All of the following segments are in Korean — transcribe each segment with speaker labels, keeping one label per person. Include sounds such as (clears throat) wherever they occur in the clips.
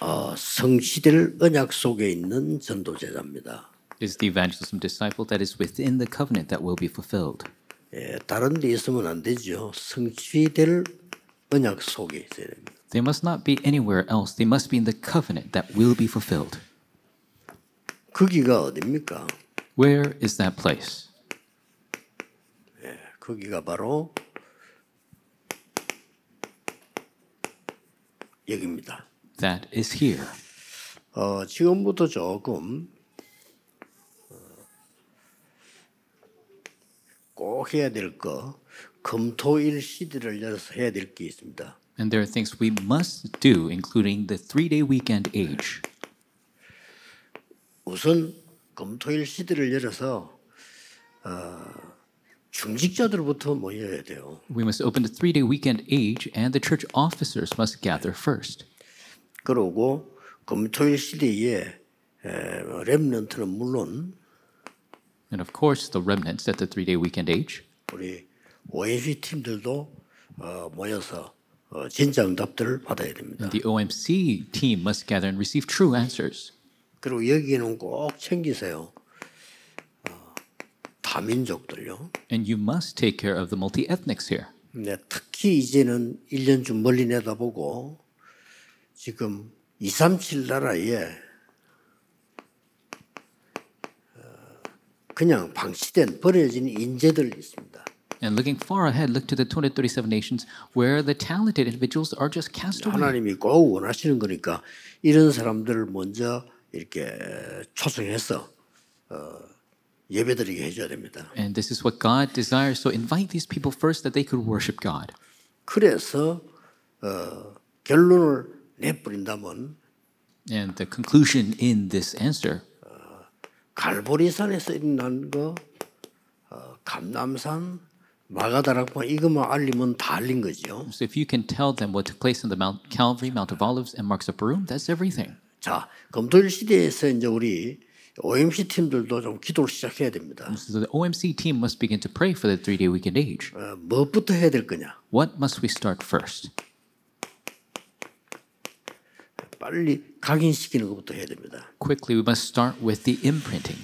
Speaker 1: 어, 성시될 언약 속에 있는 전도제자입니다.
Speaker 2: is the evangelism disciple that is within the covenant that will be fulfilled.
Speaker 1: 예, 다른 데 있으면 안 되죠. 성취될 언약 속에 있어야 됩니다.
Speaker 2: They must not be anywhere else. They must be in the covenant that will be fulfilled.
Speaker 1: 거기가 어딥니까?
Speaker 2: Where is that place?
Speaker 1: 거기가 바로 여기입니다.
Speaker 2: That is here.
Speaker 1: 어, 지금부터 조금 어, 꼭 해야 될 거, 금토일 시대를 열어서 해야 될 게 있습니다.
Speaker 2: And there are things we must do, including the three day weekend age.
Speaker 1: 우선 금토일 시대를 열어서 어, 중직자들부터 모여야 돼요.
Speaker 2: We must open the three day weekend age, and the church officers must gather first.
Speaker 1: 그러고 금토일 시대에 렘런트는 물론
Speaker 2: And of course, the remnants at the three day weekend age.
Speaker 1: 우리 ONC 팀들도 어, 모여서 어, 진짜 응답들을 받아야 됩니다.
Speaker 2: And the OMC team must gather and receive true answers.
Speaker 1: 그리고 여기는 꼭 챙기세요. 어, 다민족들요.
Speaker 2: And you must take care of the multi ethnics here.
Speaker 1: 네, 특히 이제는 1년 좀 멀리 내다보고 지금 237 나라에 어, 그냥 방치된 버려진 인재들 있습니다.
Speaker 2: And looking far ahead, look to the 237 nations where the talented individuals are just cast away.
Speaker 1: 하나님이 꼭 원하시는 거니까 이런 사람들을 먼저 이렇게 초청해서 어, 예배드리게 해줘야 됩니다.
Speaker 2: And this is what God desires. So invite these people first that they could worship God.
Speaker 1: 그래서 어, 결론을 내버린다면
Speaker 2: And the conclusion in this answer
Speaker 1: 갈보리산에서 일어난 거 어, 감남산 마가다락방 이것만 알리면 다 알린 거죠.
Speaker 2: so if you can tell them what took place on the Mount Calvary, Mount of Olives, and Marks of Peru, that's everything.
Speaker 1: 자 검토일 시대에서 이제 우리 OMC 팀들도 좀 기도를 시작해야 됩니다.
Speaker 2: So the OMC team must begin to pray for the three day weekend age.
Speaker 1: 어, 무엇부터 해야 될 거냐?
Speaker 2: What must we start first?
Speaker 1: 빨리 각인시키는 것부터 해야 됩니다.
Speaker 2: Quickly, we must start with the imprinting.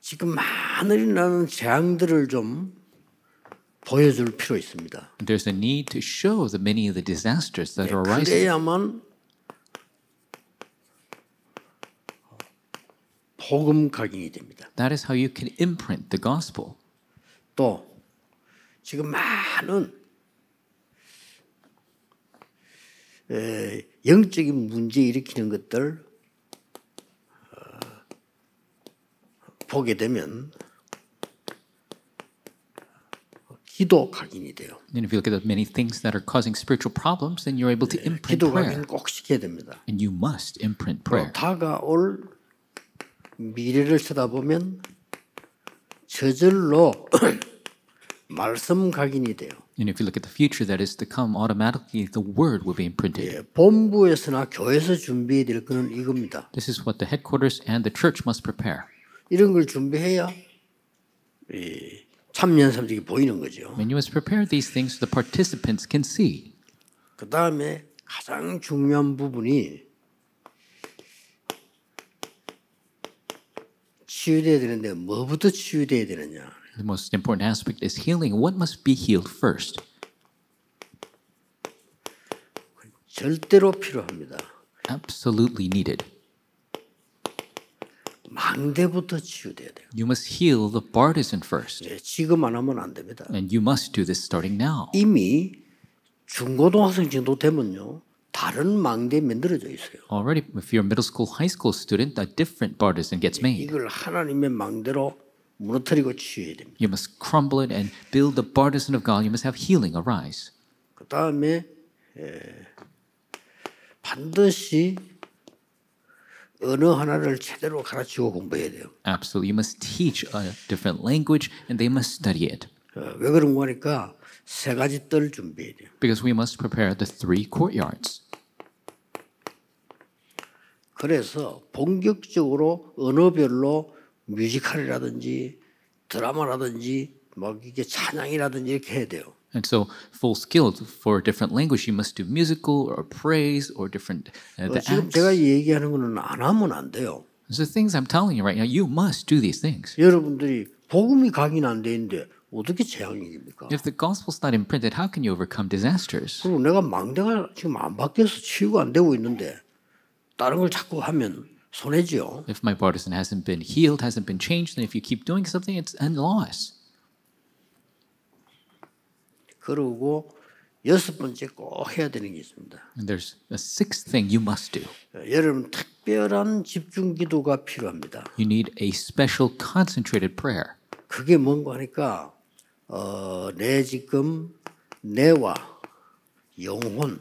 Speaker 1: 지금 많은 일어나는 재앙들을 좀 보여줄 필요 있습니다.
Speaker 2: There's a need to show the many of the disasters that are arising.
Speaker 1: 그래야만 복음 각인이 됩니다.
Speaker 2: That is how you can imprint the gospel.
Speaker 1: 또 지금 많은 에, 영적인 문제 일으키는 것들 어, 보게 되면 기도 각인이 돼요.
Speaker 2: And if you look at the many things that are causing spiritual problems, then you're able to imprint
Speaker 1: 기도 각인
Speaker 2: prayer.
Speaker 1: 꼭 시켜야 됩니다.
Speaker 2: And you must imprint prayer.
Speaker 1: 다가올 미래를 쳐다보면 저절로 (clears throat) 말씀 각인이 돼요.
Speaker 2: And if you look at the future that is to come, automatically the word will be imprinted.
Speaker 1: 예, 본부에서나 교회에서 준비해야 될 거는 이겁니다.
Speaker 2: This is what the headquarters and the church must prepare.
Speaker 1: 이런 걸 준비해야 이 참여한 사람들이 보이는 거죠.
Speaker 2: And you must prepare these things so the participants can see.
Speaker 1: 그 다음에 가장 중요한 부분이 치유돼야 되는데 뭐부터 치유돼야 되느냐.
Speaker 2: The most important aspect is healing. What must be healed first?
Speaker 1: 절대로 필요합니다.
Speaker 2: Absolutely needed.
Speaker 1: 망대부터 치유돼야 돼요.
Speaker 2: You must heal the partisan first.
Speaker 1: 예, 지금 안 하면 안 됩니다.
Speaker 2: And you must do this starting now.
Speaker 1: 이미 중고등학생 정도 되면요 다른 망대 만들어져 있어요.
Speaker 2: Already, if you're a middle school, high school student, a different partisan gets made.
Speaker 1: 이걸 하나님의 망대로 무너뜨리고 치유해야 됩니다.
Speaker 2: You must crumble it and build the partisan of God. You must have healing arise.
Speaker 1: 그 다음에 예, 반드시 언어 하나를 제대로 가르치고 공부해야 돼요.
Speaker 2: Absolutely. You must teach a different language and they must study it.
Speaker 1: 어, 왜 그런 거 하니까 세 가지 뜰 준비해야 돼요.
Speaker 2: Because we must prepare the three courtyards.
Speaker 1: 그래서 본격적으로 언어별로 뭐 뮤지컬이라든지 드라마라든지 막 이게 찬양이라든지 이렇게 해야 돼요.
Speaker 2: And so, full skilled for a different language, you must do musical or praise or different uh, the
Speaker 1: 지금
Speaker 2: acts.
Speaker 1: 제가 이 얘기하는 거는 안 하면 안 돼요.
Speaker 2: So things I'm telling you right now, you must do these things.
Speaker 1: 여러분들이 복음이 각인 안 돼 있는데 어떻게 재앙이 입니까?
Speaker 2: If the gospel's not imprinted, how can you overcome disasters?
Speaker 1: 그리고 내가 망대가 지금 안 바뀌어서 치유가 안 되고 있는데 다른 걸 자꾸 하면 손해지요.
Speaker 2: If my partisan hasn't been healed, hasn't been changed, then if you keep doing something, it's a loss.
Speaker 1: 그리고 여섯 번째 꼭 해야 되는 게 있습니다.
Speaker 2: And there's a sixth thing you must do.
Speaker 1: 예, 여러분 특별한 집중 기도가 필요합니다.
Speaker 2: You need a special concentrated prayer.
Speaker 1: 그게 뭔가 하니까 어, 내 지금 내와 영혼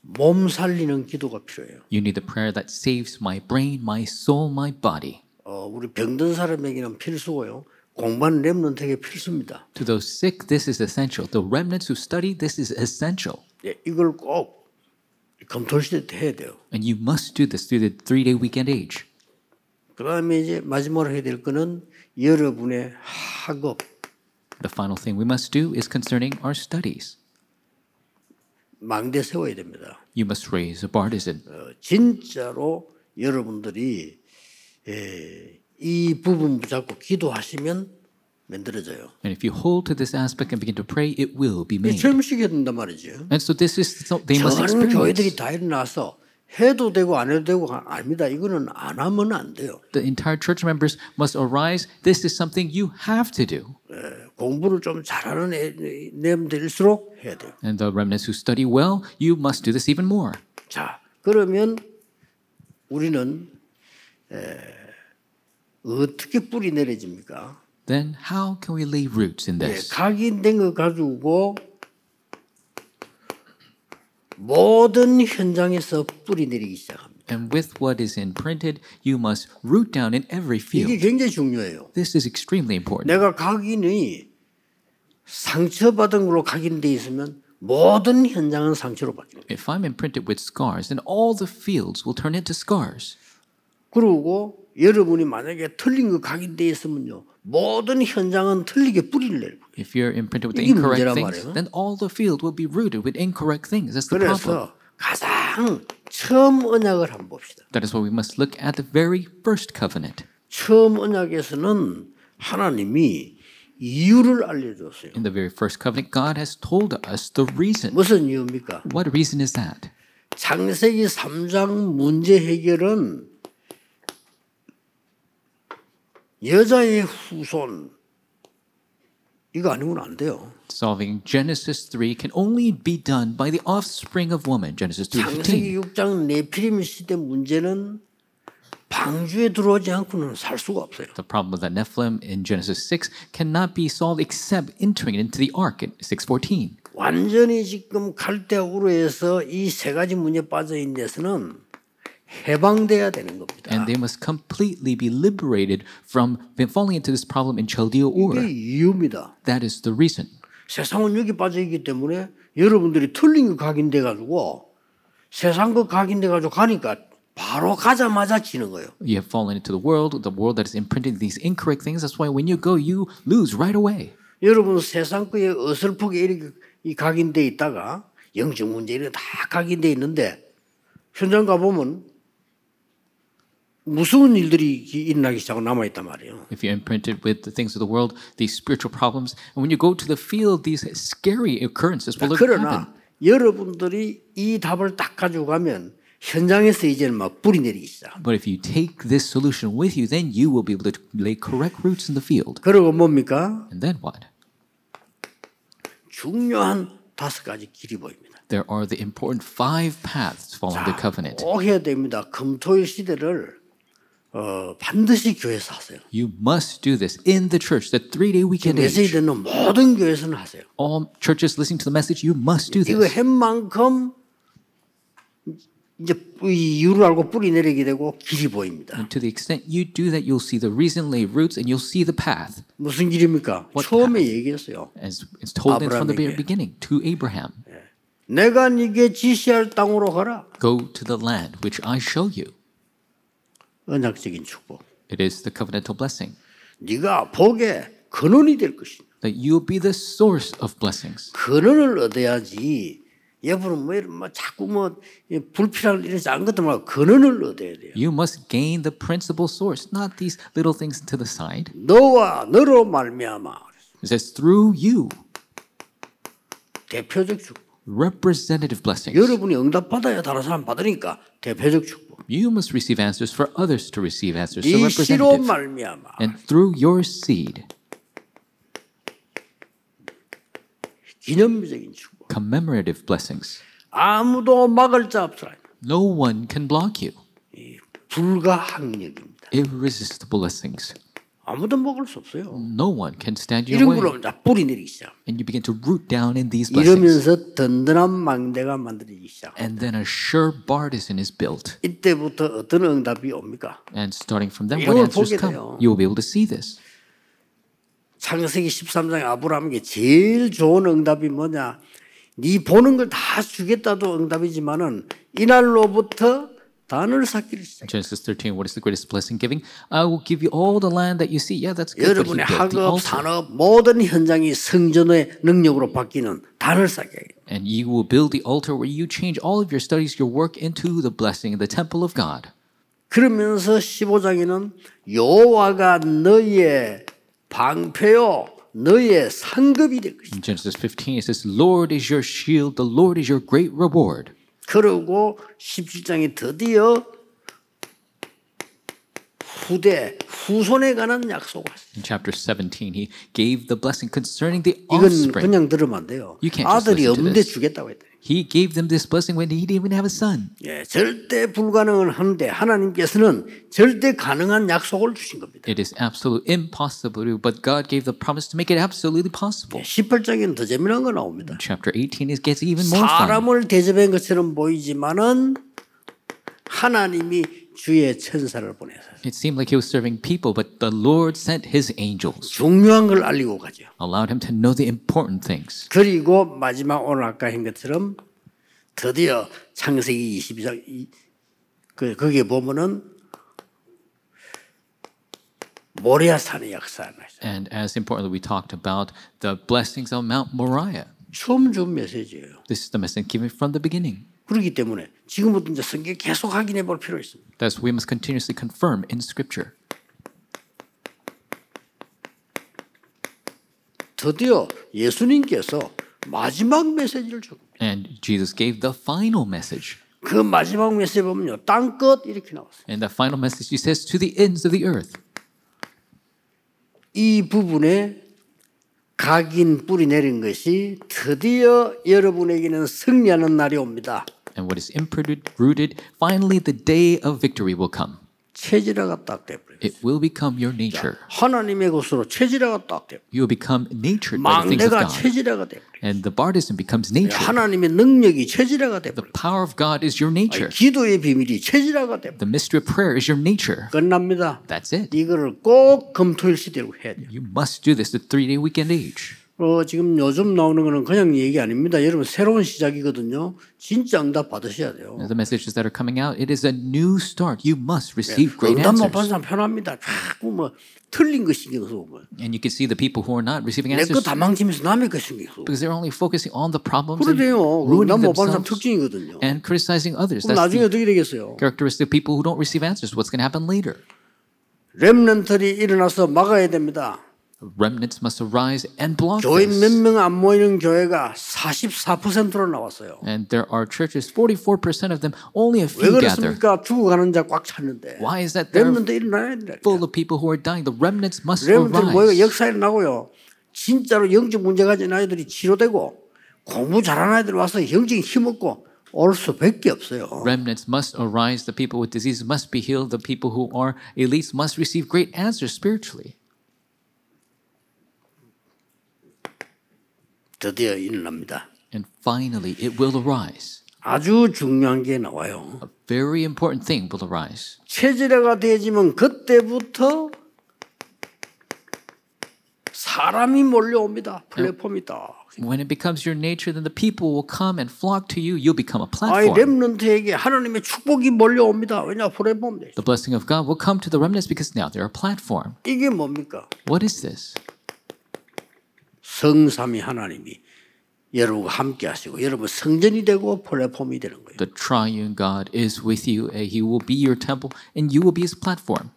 Speaker 1: 몸 살리는 기도가 필요해요.
Speaker 2: You need the prayer that saves my brain, my soul, my body.
Speaker 1: 어, 우리 병든 사람에게는 필수고요. 공부하는 렘넌트에게 필수입니다.
Speaker 2: To those sick, this is essential. The remnants who study, this is essential.
Speaker 1: 예, 이걸 꼭 검토시대 때 해야 돼요.
Speaker 2: And you must do this through the three day weekend age.
Speaker 1: 그 다음에 이제 마지막으로 해야 될 거는 여러분의 학업.
Speaker 2: The final thing we must do is concerning our studies.
Speaker 1: 망대 세워야 됩니다.
Speaker 2: You must raise a partisan.
Speaker 1: 어, 진짜로 여러분들이 예, 이 부분 붙잡고 기도하시면 만들어져요.
Speaker 2: And if you hold to this aspect and begin to pray, it will be
Speaker 1: 이
Speaker 2: made.
Speaker 1: 젊으시게 된단 말이죠.
Speaker 2: And so this is so they must
Speaker 1: 전 교회들이
Speaker 2: experience.
Speaker 1: 다 일어나서 해도 되고 안 해도 되고 아- 아닙니다. 이거는 안 하면 안 돼요.
Speaker 2: The entire church members must arise. This is something you have to do.
Speaker 1: 공부를 좀 잘하는 애- 애들일수록 해야 돼요.
Speaker 2: And the remnants who study well, you must do this even more.
Speaker 1: 자, 그러면 우리는 에, 어떻게 뿌리 내려집니까?
Speaker 2: Then how can we lay roots in
Speaker 1: 예,
Speaker 2: this?
Speaker 1: 각인된 거 가지고 모든 현장에서 뿌리 내리기 시작합니다.
Speaker 2: And with what is imprinted, you must root down in every
Speaker 1: 이게
Speaker 2: field.
Speaker 1: 굉장히 중요해요.
Speaker 2: This is extremely important.
Speaker 1: 내가 각인이 상처받은 걸로 각인돼 있으면 모든 현장은 상처로 바뀝니다.
Speaker 2: If I'm imprinted with scars, then all the fields will turn into scars.
Speaker 1: 그리고 여러분이 만약에 틀린 거 각인돼 있으면요. 모든 현장은 틀리게 뿌리를 내요.
Speaker 2: If you're imprinted with the
Speaker 1: 이게
Speaker 2: incorrect
Speaker 1: 문제란
Speaker 2: things,
Speaker 1: 말이에요.
Speaker 2: then all the field will be rooted with incorrect things. That's the problem.
Speaker 1: 그래서 가장 처음 언약을 한번 봅시다.
Speaker 2: That is why we must look at the very first covenant.
Speaker 1: 처음 언약에서는 하나님이 이유를 알려줬어요.
Speaker 2: In the very first covenant, God has told us the reason.
Speaker 1: 무슨 이유입니까?
Speaker 2: What reason is that?
Speaker 1: 창세기 3장 문제 해결은 여자의 후손 이거 아니면 안 돼요.
Speaker 2: Solving Genesis 3 can only be done by the offspring of woman, Genesis
Speaker 1: 네,
Speaker 2: 3.15.
Speaker 1: 창세기 6장 네피림 시대 문제는 방주에 들어오지 않고는 살 수가 없어요.
Speaker 2: The problem of the Nephilim in Genesis 6 cannot be solved except entering it into the ark in 6.14.
Speaker 1: 완전히 지금 갈대 우르에서 이 세 가지 문제 빠져 있는 데서는 해방돼야 되는 겁니다.
Speaker 2: And they must completely be liberated from falling into this problem in Chaldea
Speaker 1: 이게
Speaker 2: Ur.
Speaker 1: 이유입니다.
Speaker 2: That is the reason.
Speaker 1: 세상은 여기 빠져 있기 때문에 여러분들이 틀린 거 각인돼 가지고 세상 거 각인돼 가지고 가니까 바로 가자마자 지는 거예요.
Speaker 2: You have fallen into the world, the world that is imprinted these incorrect things. That's why when you go, you lose right away.
Speaker 1: 여러분 세상 거에 어설프게 이렇게 이 각인돼 있다가 영적 문제 이런 다 각인돼 있는데 현장 가 보면 무서운 일들이 이- 일어나기 시작하고 남아 있단 말이에요.
Speaker 2: If you're imprinted with the things of the world, these spiritual problems, and when you go to the field, these scary occurrences will happen.
Speaker 1: 아, 그러나 여러분들이 이 답을 딱 가지고 가면 현장에서 이제는 막 뿌리 내리기 시작.
Speaker 2: But if you take this solution with you, then you will be able to lay correct roots in the field.
Speaker 1: 그리고 뭡니까?
Speaker 2: And then what?
Speaker 1: 중요한 다섯 가지 길이 보입니다.
Speaker 2: There are the important five paths following the covenant.
Speaker 1: 꼭 해야 됩니다. 금토일 시대를 어, 반드시 교회에서 하세요.
Speaker 2: You must do this in the church, the three day weekend
Speaker 1: 메시지
Speaker 2: age.
Speaker 1: 듣는 모든 교회에서는 하세요.
Speaker 2: All churches listening to the message, you must do
Speaker 1: 이거
Speaker 2: this.
Speaker 1: 한 만큼 이제 이 이유를 알고 뿌리 내리게 되고 길이 보입니다.
Speaker 2: And to the extent you do that, you'll see the reason, lay roots, and you'll see the path.
Speaker 1: 무슨 길입니까? 처음에 얘기했어요.
Speaker 2: as it's told in from the
Speaker 1: Abraham에게.
Speaker 2: very beginning to Abraham.
Speaker 1: 내가 네게 지시할 땅으로 가라.
Speaker 2: Go to the land which I show you.
Speaker 1: 언약적인 축복.
Speaker 2: It is the covenantal blessing.
Speaker 1: 네가 복의 근원이 될 것이다.
Speaker 2: that you'll be the source of blessings.
Speaker 1: 근원을 얻어야지 예부는 뭐, 이런 뭐 자꾸 뭐이 불필요한 이런 작은 것들 말고 근원을 얻어야 돼요.
Speaker 2: You must gain the principal source, not these little things to the side.
Speaker 1: 너와 너로 말미암아
Speaker 2: It says through you,
Speaker 1: 대표적 축복.
Speaker 2: representative blessings.
Speaker 1: 예. 여러분이 응답 받아야 다른 사람 받으니까 대표적 축복.
Speaker 2: You must receive answers for others to receive answers. So
Speaker 1: 이 씨로 예.
Speaker 2: representative.
Speaker 1: 말미암아
Speaker 2: And through your seed,
Speaker 1: 기념비적인 축복.
Speaker 2: commemorative blessings.
Speaker 1: 아무도 막을 자 없으라.
Speaker 2: No one can block you.
Speaker 1: 이 불가항력입니다.
Speaker 2: Irresistible blessings.
Speaker 1: 아무도 막을 수 없어요.
Speaker 2: No one can stand your
Speaker 1: 이런
Speaker 2: way.
Speaker 1: 걸로 자 뿌리 내리기 시작.
Speaker 2: And you begin to root down in these blessings.
Speaker 1: 이러면서 든든한 망대가 만들어지기 시작.
Speaker 2: And then a sure bartizan is built.
Speaker 1: 이때부터 어떤 응답이 옵니까?
Speaker 2: And starting from then,
Speaker 1: 이런
Speaker 2: when
Speaker 1: 걸
Speaker 2: answers
Speaker 1: 보게
Speaker 2: come,
Speaker 1: 돼요.
Speaker 2: you will be able to see this.
Speaker 1: 창세기 13장에 아브라함에게 제일 좋은 응답이 뭐냐? 네 보는 걸 다 주겠다도 응답이지만은 이날로부터 단을 쌓기를 시작.
Speaker 2: Genesis 13, what is the greatest blessing giving? I will give you all the land that you see. Yeah, that's good. But he
Speaker 1: 여러분의
Speaker 2: built the
Speaker 1: 학업,
Speaker 2: altar.
Speaker 1: 산업 모든 현장이 성전의 능력으로 바뀌는 단을 쌓게. 하겠다.
Speaker 2: And you will build the altar where you change all of your studies, your work into the blessing, the temple of God.
Speaker 1: 그러면서 15장에는 여호와가 너의 방패요, 너의 상급이 될 것이다.
Speaker 2: In Genesis 15, it says, Lord is your shield, the Lord is your great reward.
Speaker 1: 그러고 17장에 드디어 후대 후손에 관한 약속을 하시죠.
Speaker 2: In chapter 17, he gave the blessing concerning the
Speaker 1: 이건
Speaker 2: offspring.
Speaker 1: 그냥 들으면 안 돼요.
Speaker 2: You can't just
Speaker 1: 아들이
Speaker 2: listen to
Speaker 1: 없는데
Speaker 2: this.
Speaker 1: 주겠다고 했대.
Speaker 2: He gave them this blessing when he didn't even have a son.
Speaker 1: 예, 절대 불가능은 한데 하나님께서는 절대 가능한 약속을 주신 겁니다.
Speaker 2: It is absolute impossible, but God gave the promise to make it absolutely possible.
Speaker 1: 18장에는 더 재미난 거 나옵니다.
Speaker 2: Chapter 18 it gets even more fun.
Speaker 1: 사람을 대접한 것처럼 보이지만은 하나님이 주의 천사를 보내서
Speaker 2: It seemed like he was serving people, but the Lord sent his angels,
Speaker 1: 중요한 걸 알리고 가죠.
Speaker 2: allowed him to know the important things.
Speaker 1: 그리고 마지막 오늘 아까 한 것처럼 드디어 창세기 22장 이- 그 거기에 보면은 모리아산의 역사가 있어요.
Speaker 2: And as importantly, we talked about the blessings on Mount Moriah.
Speaker 1: 처음 준 메시지예요.
Speaker 2: This is the message given from the beginning.
Speaker 1: 그렇기 때문에 지금부터 이제 성경 계속 확인해 볼 필요 있습니다.
Speaker 2: That's we must continuously confirm in Scripture.
Speaker 1: 드디어 예수님께서 마지막 메시지를 줍니다.
Speaker 2: And Jesus gave the final message.
Speaker 1: 그 마지막 메시지 보면요. 땅끝 이렇게 나왔어요.
Speaker 2: And the final message, he says, to the ends of the earth.
Speaker 1: 이 부분에 각인 뿌리 내린 것이 드디어 여러분에게는 승리하는 날이 옵니다.
Speaker 2: And what is imprudent, rooted, finally the day of victory will come.
Speaker 1: 체질화가 딱 돼버려요.
Speaker 2: It will become your nature.
Speaker 1: 하나님의 것으로 체질화가 딱 돼요.
Speaker 2: You will become natured by the things of
Speaker 1: 망대가 네.
Speaker 2: God.
Speaker 1: 체질화가 돼버려요.
Speaker 2: And the bartism becomes nature.
Speaker 1: 하나님의 능력이 체질화가 돼버려요.
Speaker 2: Power of God is your
Speaker 1: 네.
Speaker 2: nature.
Speaker 1: 기도의 비밀이 체질화가 돼버려요.
Speaker 2: The mystery of prayer is your nature.
Speaker 1: 끝납니다.
Speaker 2: That's it.
Speaker 1: 이거를 꼭 금토일 시대로 해야 돼요.
Speaker 2: You must do this, the three day weekend age.
Speaker 1: 어, 지금 요즘 나오는 거는 그냥 얘기 아닙니다. 여러분 새로운 시작이거든요. 진짜 응답 받으셔야 돼요.
Speaker 2: The messages that are coming out, it is a new start. You must receive great
Speaker 1: 응답 못 받은
Speaker 2: answers.
Speaker 1: 사람 편합니다. 자꾸 뭐 틀린 거 신경 쓰고 뭐.
Speaker 2: And you can see the people who are not receiving
Speaker 1: 내 거
Speaker 2: answers
Speaker 1: 다 망치면서 남의 거 신경 쓰고
Speaker 2: because they're only focusing on the problems and
Speaker 1: 그러대요. 그
Speaker 2: ruining
Speaker 1: 응답 못 받은 사람
Speaker 2: themselves
Speaker 1: 특징이거든요.
Speaker 2: and criticizing others.
Speaker 1: 그럼
Speaker 2: That's
Speaker 1: 나중에
Speaker 2: the
Speaker 1: 어떻게 되겠어요?
Speaker 2: characteristic of people who don't receive answers. What's going to happen later?
Speaker 1: 렘넌트리 일어나서 막아야 됩니다.
Speaker 2: Remnants must arise and block
Speaker 1: 교회 몇
Speaker 2: this.
Speaker 1: 명 안 모이는 교회가 44%로 나왔어요.
Speaker 2: And there are churches, 44% of them, only
Speaker 1: 왜
Speaker 2: a few 예, gather.
Speaker 1: 그렇습니까? 죽어가는 자 꽉 찼는데
Speaker 2: Why is that they're
Speaker 1: 렘넌트 일어나야 된다.
Speaker 2: full of people who are dying? The remnants must
Speaker 1: 렘넌트 모여
Speaker 2: arise.
Speaker 1: 역사에 나고요. 진짜로 영적 문제 가진 아이들이 치료되고 공부 잘하는 아이들 와서 영적인 힘 얻고 올 수밖에 없어요.
Speaker 2: Remnants must arise. The people with diseases must be healed. The people who are elites must receive great answers spiritually.
Speaker 1: 드디어 일어납니다.
Speaker 2: And finally, it will arise.
Speaker 1: 아주 중요한 게 나와요.
Speaker 2: A very important thing will arise.
Speaker 1: 체질화가 되어지면 그때부터 사람이 몰려옵니다. 플랫폼이 딱.
Speaker 2: When it becomes your nature, then the people will come and flock to you. You'll become a
Speaker 1: 아이
Speaker 2: platform.
Speaker 1: 렘런트에게 하나님의 축복이 몰려옵니다. 왜냐 플랫폼 돼.
Speaker 2: The blessing of God will come to the remnants because now they're a platform.
Speaker 1: 이게 뭡니까?
Speaker 2: What is this?
Speaker 1: 성삼위 하나님이 여러분과 함께 하시고 여러분 성전이 되고 플랫폼이 되는 거예요.
Speaker 2: The triune God is with you. and He will be your temple and you will be his platform.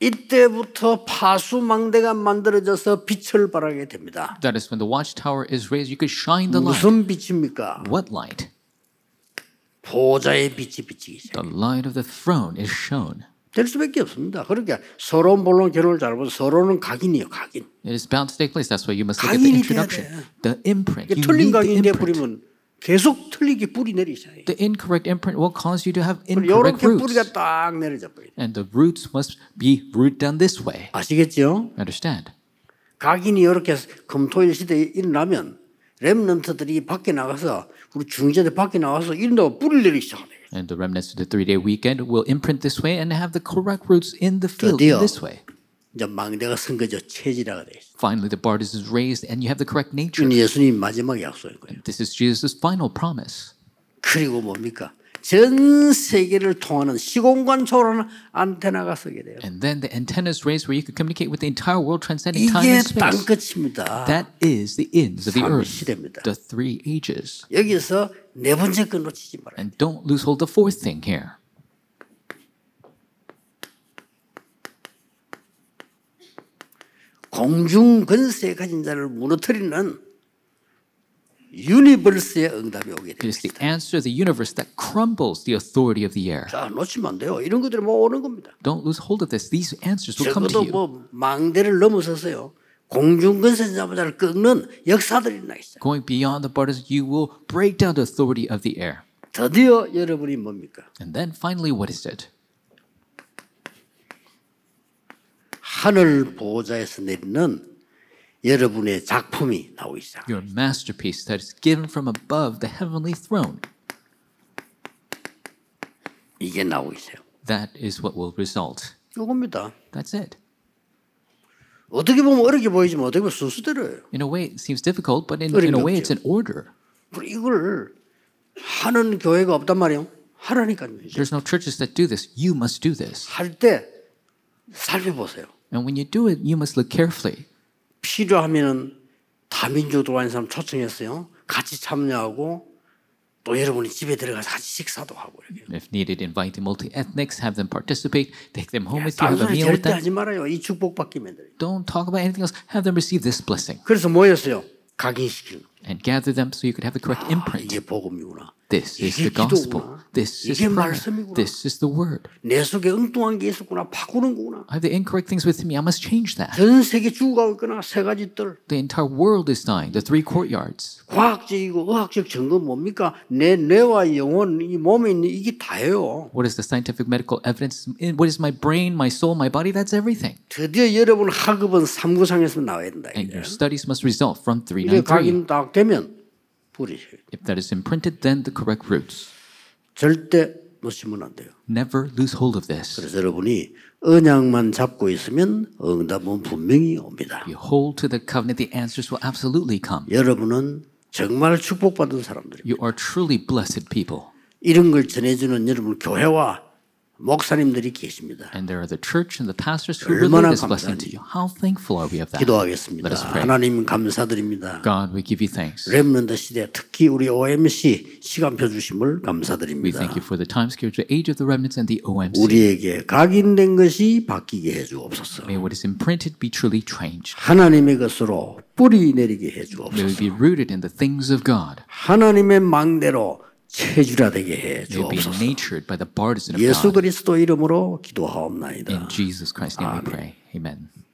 Speaker 1: 이때부터 파수망대가 만들어져서 빛을 발하게 됩니다.
Speaker 2: That is when the watchtower is raised, you could shine the light.
Speaker 1: 무슨 빛입니까?
Speaker 2: What light?
Speaker 1: 보좌의 빛이 비치기 시작.
Speaker 2: The light of the throne is shown.
Speaker 1: 될 수밖에 없습니다. 그러니까 서론 본론 결론을 잘 보세요. 서론은 각인이에요. 각인.
Speaker 2: It is bound to take place. That's why you must look at the
Speaker 1: 각인이 돼야
Speaker 2: introduction. The imprint. You
Speaker 1: 이게 틀린
Speaker 2: need the
Speaker 1: 각인인데
Speaker 2: imprint.
Speaker 1: 뿌리면 계속 틀리게 뿌리 내리기 시작해요.
Speaker 2: The incorrect imprint will cause you to have incorrect
Speaker 1: 이렇게
Speaker 2: roots.
Speaker 1: 뿌리가 딱 내려져 버려요.
Speaker 2: And the roots must be rooted down this way.
Speaker 1: 아시겠죠?
Speaker 2: Understand?
Speaker 1: 각인이 이렇게 금토일 시대에 일어나면 렘넌트들이 밖에 나가서 우리 중재대 밖에 나가서 이런다고 뿌리를 내리기 시작합니다.
Speaker 2: And the remnants of the three day weekend will imprint this way and have the correct roots in the field in
Speaker 1: Dodeo.
Speaker 2: this way.
Speaker 1: 이제 망대가 선거죠. 체질화가 되어 있어요.
Speaker 2: Finally, the bardisan is raised and you have the correct nature.
Speaker 1: 이건 예수님 마지막 약속인 거예요.
Speaker 2: This is Jesus' final promise.
Speaker 1: 그리고 뭡니까? 전 세계를 통하는 시공간 초월하는 안테나가 서게 돼요.
Speaker 2: And then the antenna is raised where you could communicate with the entire world, transcending time
Speaker 1: 이게
Speaker 2: and space.
Speaker 1: 땅끝입니다.
Speaker 2: That is the ends of the
Speaker 1: 삼위
Speaker 2: earth,
Speaker 1: 시대입니다.
Speaker 2: the three ages.
Speaker 1: 여기서 네 번째 건 놓치지 말아요.
Speaker 2: And don't lose hold of the fourth thing here.
Speaker 1: 공중 근세에 가진 자를 무너뜨리는 유니버스의 응답이 오게
Speaker 2: It
Speaker 1: 돼요.
Speaker 2: is the answer of the universe that crumbles the authority of the air.
Speaker 1: 자, 놓치면 안 돼요. 이런 것들이 뭐 오는 겁니다.
Speaker 2: Don't lose hold of this. These answers will come to
Speaker 1: 적어도
Speaker 2: you.
Speaker 1: 뭐 망대를 넘어서서요. 공중 근세 자보자를 꺾는 역사들이 나 있어요.
Speaker 2: Going beyond the borders, you will break down the authority of the air.
Speaker 1: 드디어 여러분이 뭡니까?
Speaker 2: And then finally, what is it?
Speaker 1: 하늘 보호자에서 내리는 여러분의 작품이 나오기 시작.
Speaker 2: Your masterpiece that is given from above the heavenly throne.
Speaker 1: 이게 나오기 시작.
Speaker 2: That is what will result.
Speaker 1: 이겁니다.
Speaker 2: That's it.
Speaker 1: 어떻게 보면 어렵게 보이지만 어떻게 보면 순수대로예요.
Speaker 2: In a way, it seems difficult, but in, in a way, it's an order.
Speaker 1: 그리고 이걸 하는 교회가 없단 말이에요. 하라니까요. 이제.
Speaker 2: There's no churches that do this. You must do this.
Speaker 1: 할 때 살펴보세요.
Speaker 2: And when you do it, you must look carefully.
Speaker 1: 필요하면은 다민족 들어와는 사람 초청했어요. 같이 참여하고 또 여러분이 집에 들어가서 같이 식사도 하고 이렇게.
Speaker 2: If needed, invite the multi ethnics, have them participate, take them home with you,
Speaker 1: 다른
Speaker 2: have a
Speaker 1: 소리
Speaker 2: meal with
Speaker 1: 절대
Speaker 2: them.
Speaker 1: 하지 말아요. 이 축복받기 만들어요.
Speaker 2: Don't talk about anything else. Have them receive this blessing
Speaker 1: 그래서 뭐였어요? 각인시키는 거.
Speaker 2: and gather them so you could have the correct
Speaker 1: 아, 네.
Speaker 2: imprint.
Speaker 1: 이게 복음이구나.
Speaker 2: This is
Speaker 1: 이게
Speaker 2: the gospel.
Speaker 1: 기도구나.
Speaker 2: This is
Speaker 1: 이게
Speaker 2: prayer.
Speaker 1: 말씀이구나.
Speaker 2: This is the word.
Speaker 1: 내 속에 엉뚱한 게 있었구나. 바꾸는 거구나.
Speaker 2: I have the incorrect things with me. I must change that.
Speaker 1: 전 세계 죽어가고 있구나. 세 가지 뜰.
Speaker 2: The entire world is dying. The three courtyards.
Speaker 1: 과학적이고 의학적 증거 뭡니까? 내 뇌와 영혼, 이 몸에 있는 이게 다예요.
Speaker 2: What is the scientific medical evidence? In- What is my brain, my soul, my body? That's everything.
Speaker 1: 드디어 여러분 학업은 삼구상에서 나와야 된다.
Speaker 2: And your studies must result from
Speaker 1: 이게
Speaker 2: 393.
Speaker 1: 각인 딱 되면 뿌리세요.
Speaker 2: If that is imprinted, then the correct roots.
Speaker 1: 절대 놓치면 안 돼요.
Speaker 2: Never lose hold of this.
Speaker 1: 그래서 여러분이 언약만 잡고 있으면 응답은 분명히 옵니다.
Speaker 2: You hold to the covenant, the answers will absolutely come.
Speaker 1: 여러분은 정말 축복받은 사람들이에요.
Speaker 2: You are truly blessed people.
Speaker 1: 이런 걸 전해주는 여러분 교회와 목사님들이 계십니다.
Speaker 2: And there are the church and the pastors who relay
Speaker 1: 얼마나
Speaker 2: this blessing to you. How thankful are we of that?
Speaker 1: 기도하겠습니다.
Speaker 2: Let us pray.
Speaker 1: 하나님 감사드립니다.
Speaker 2: God, we give you thanks.
Speaker 1: 렘넌트 시대 특히 우리 OMC 시간표 주심을
Speaker 2: We
Speaker 1: 감사드립니다.
Speaker 2: thank you for the time scarce, the age of the remnants, and the OMC.
Speaker 1: 우리에게 각인된 것이 바뀌게 해주옵소서.
Speaker 2: May what is imprinted be truly changed.
Speaker 1: 하나님의 것으로 뿌리 내리게
Speaker 2: May
Speaker 1: 해주옵소서.
Speaker 2: we be rooted in the things of God.
Speaker 1: 하나님의 망대로 체주라 되게
Speaker 2: May we be
Speaker 1: 해주옵소서.
Speaker 2: natured by the partisan of
Speaker 1: 예수
Speaker 2: God.
Speaker 1: 그리스도 이름으로
Speaker 2: In
Speaker 1: 기도하옵나이다.
Speaker 2: Jesus Christ's name we pray. Amen.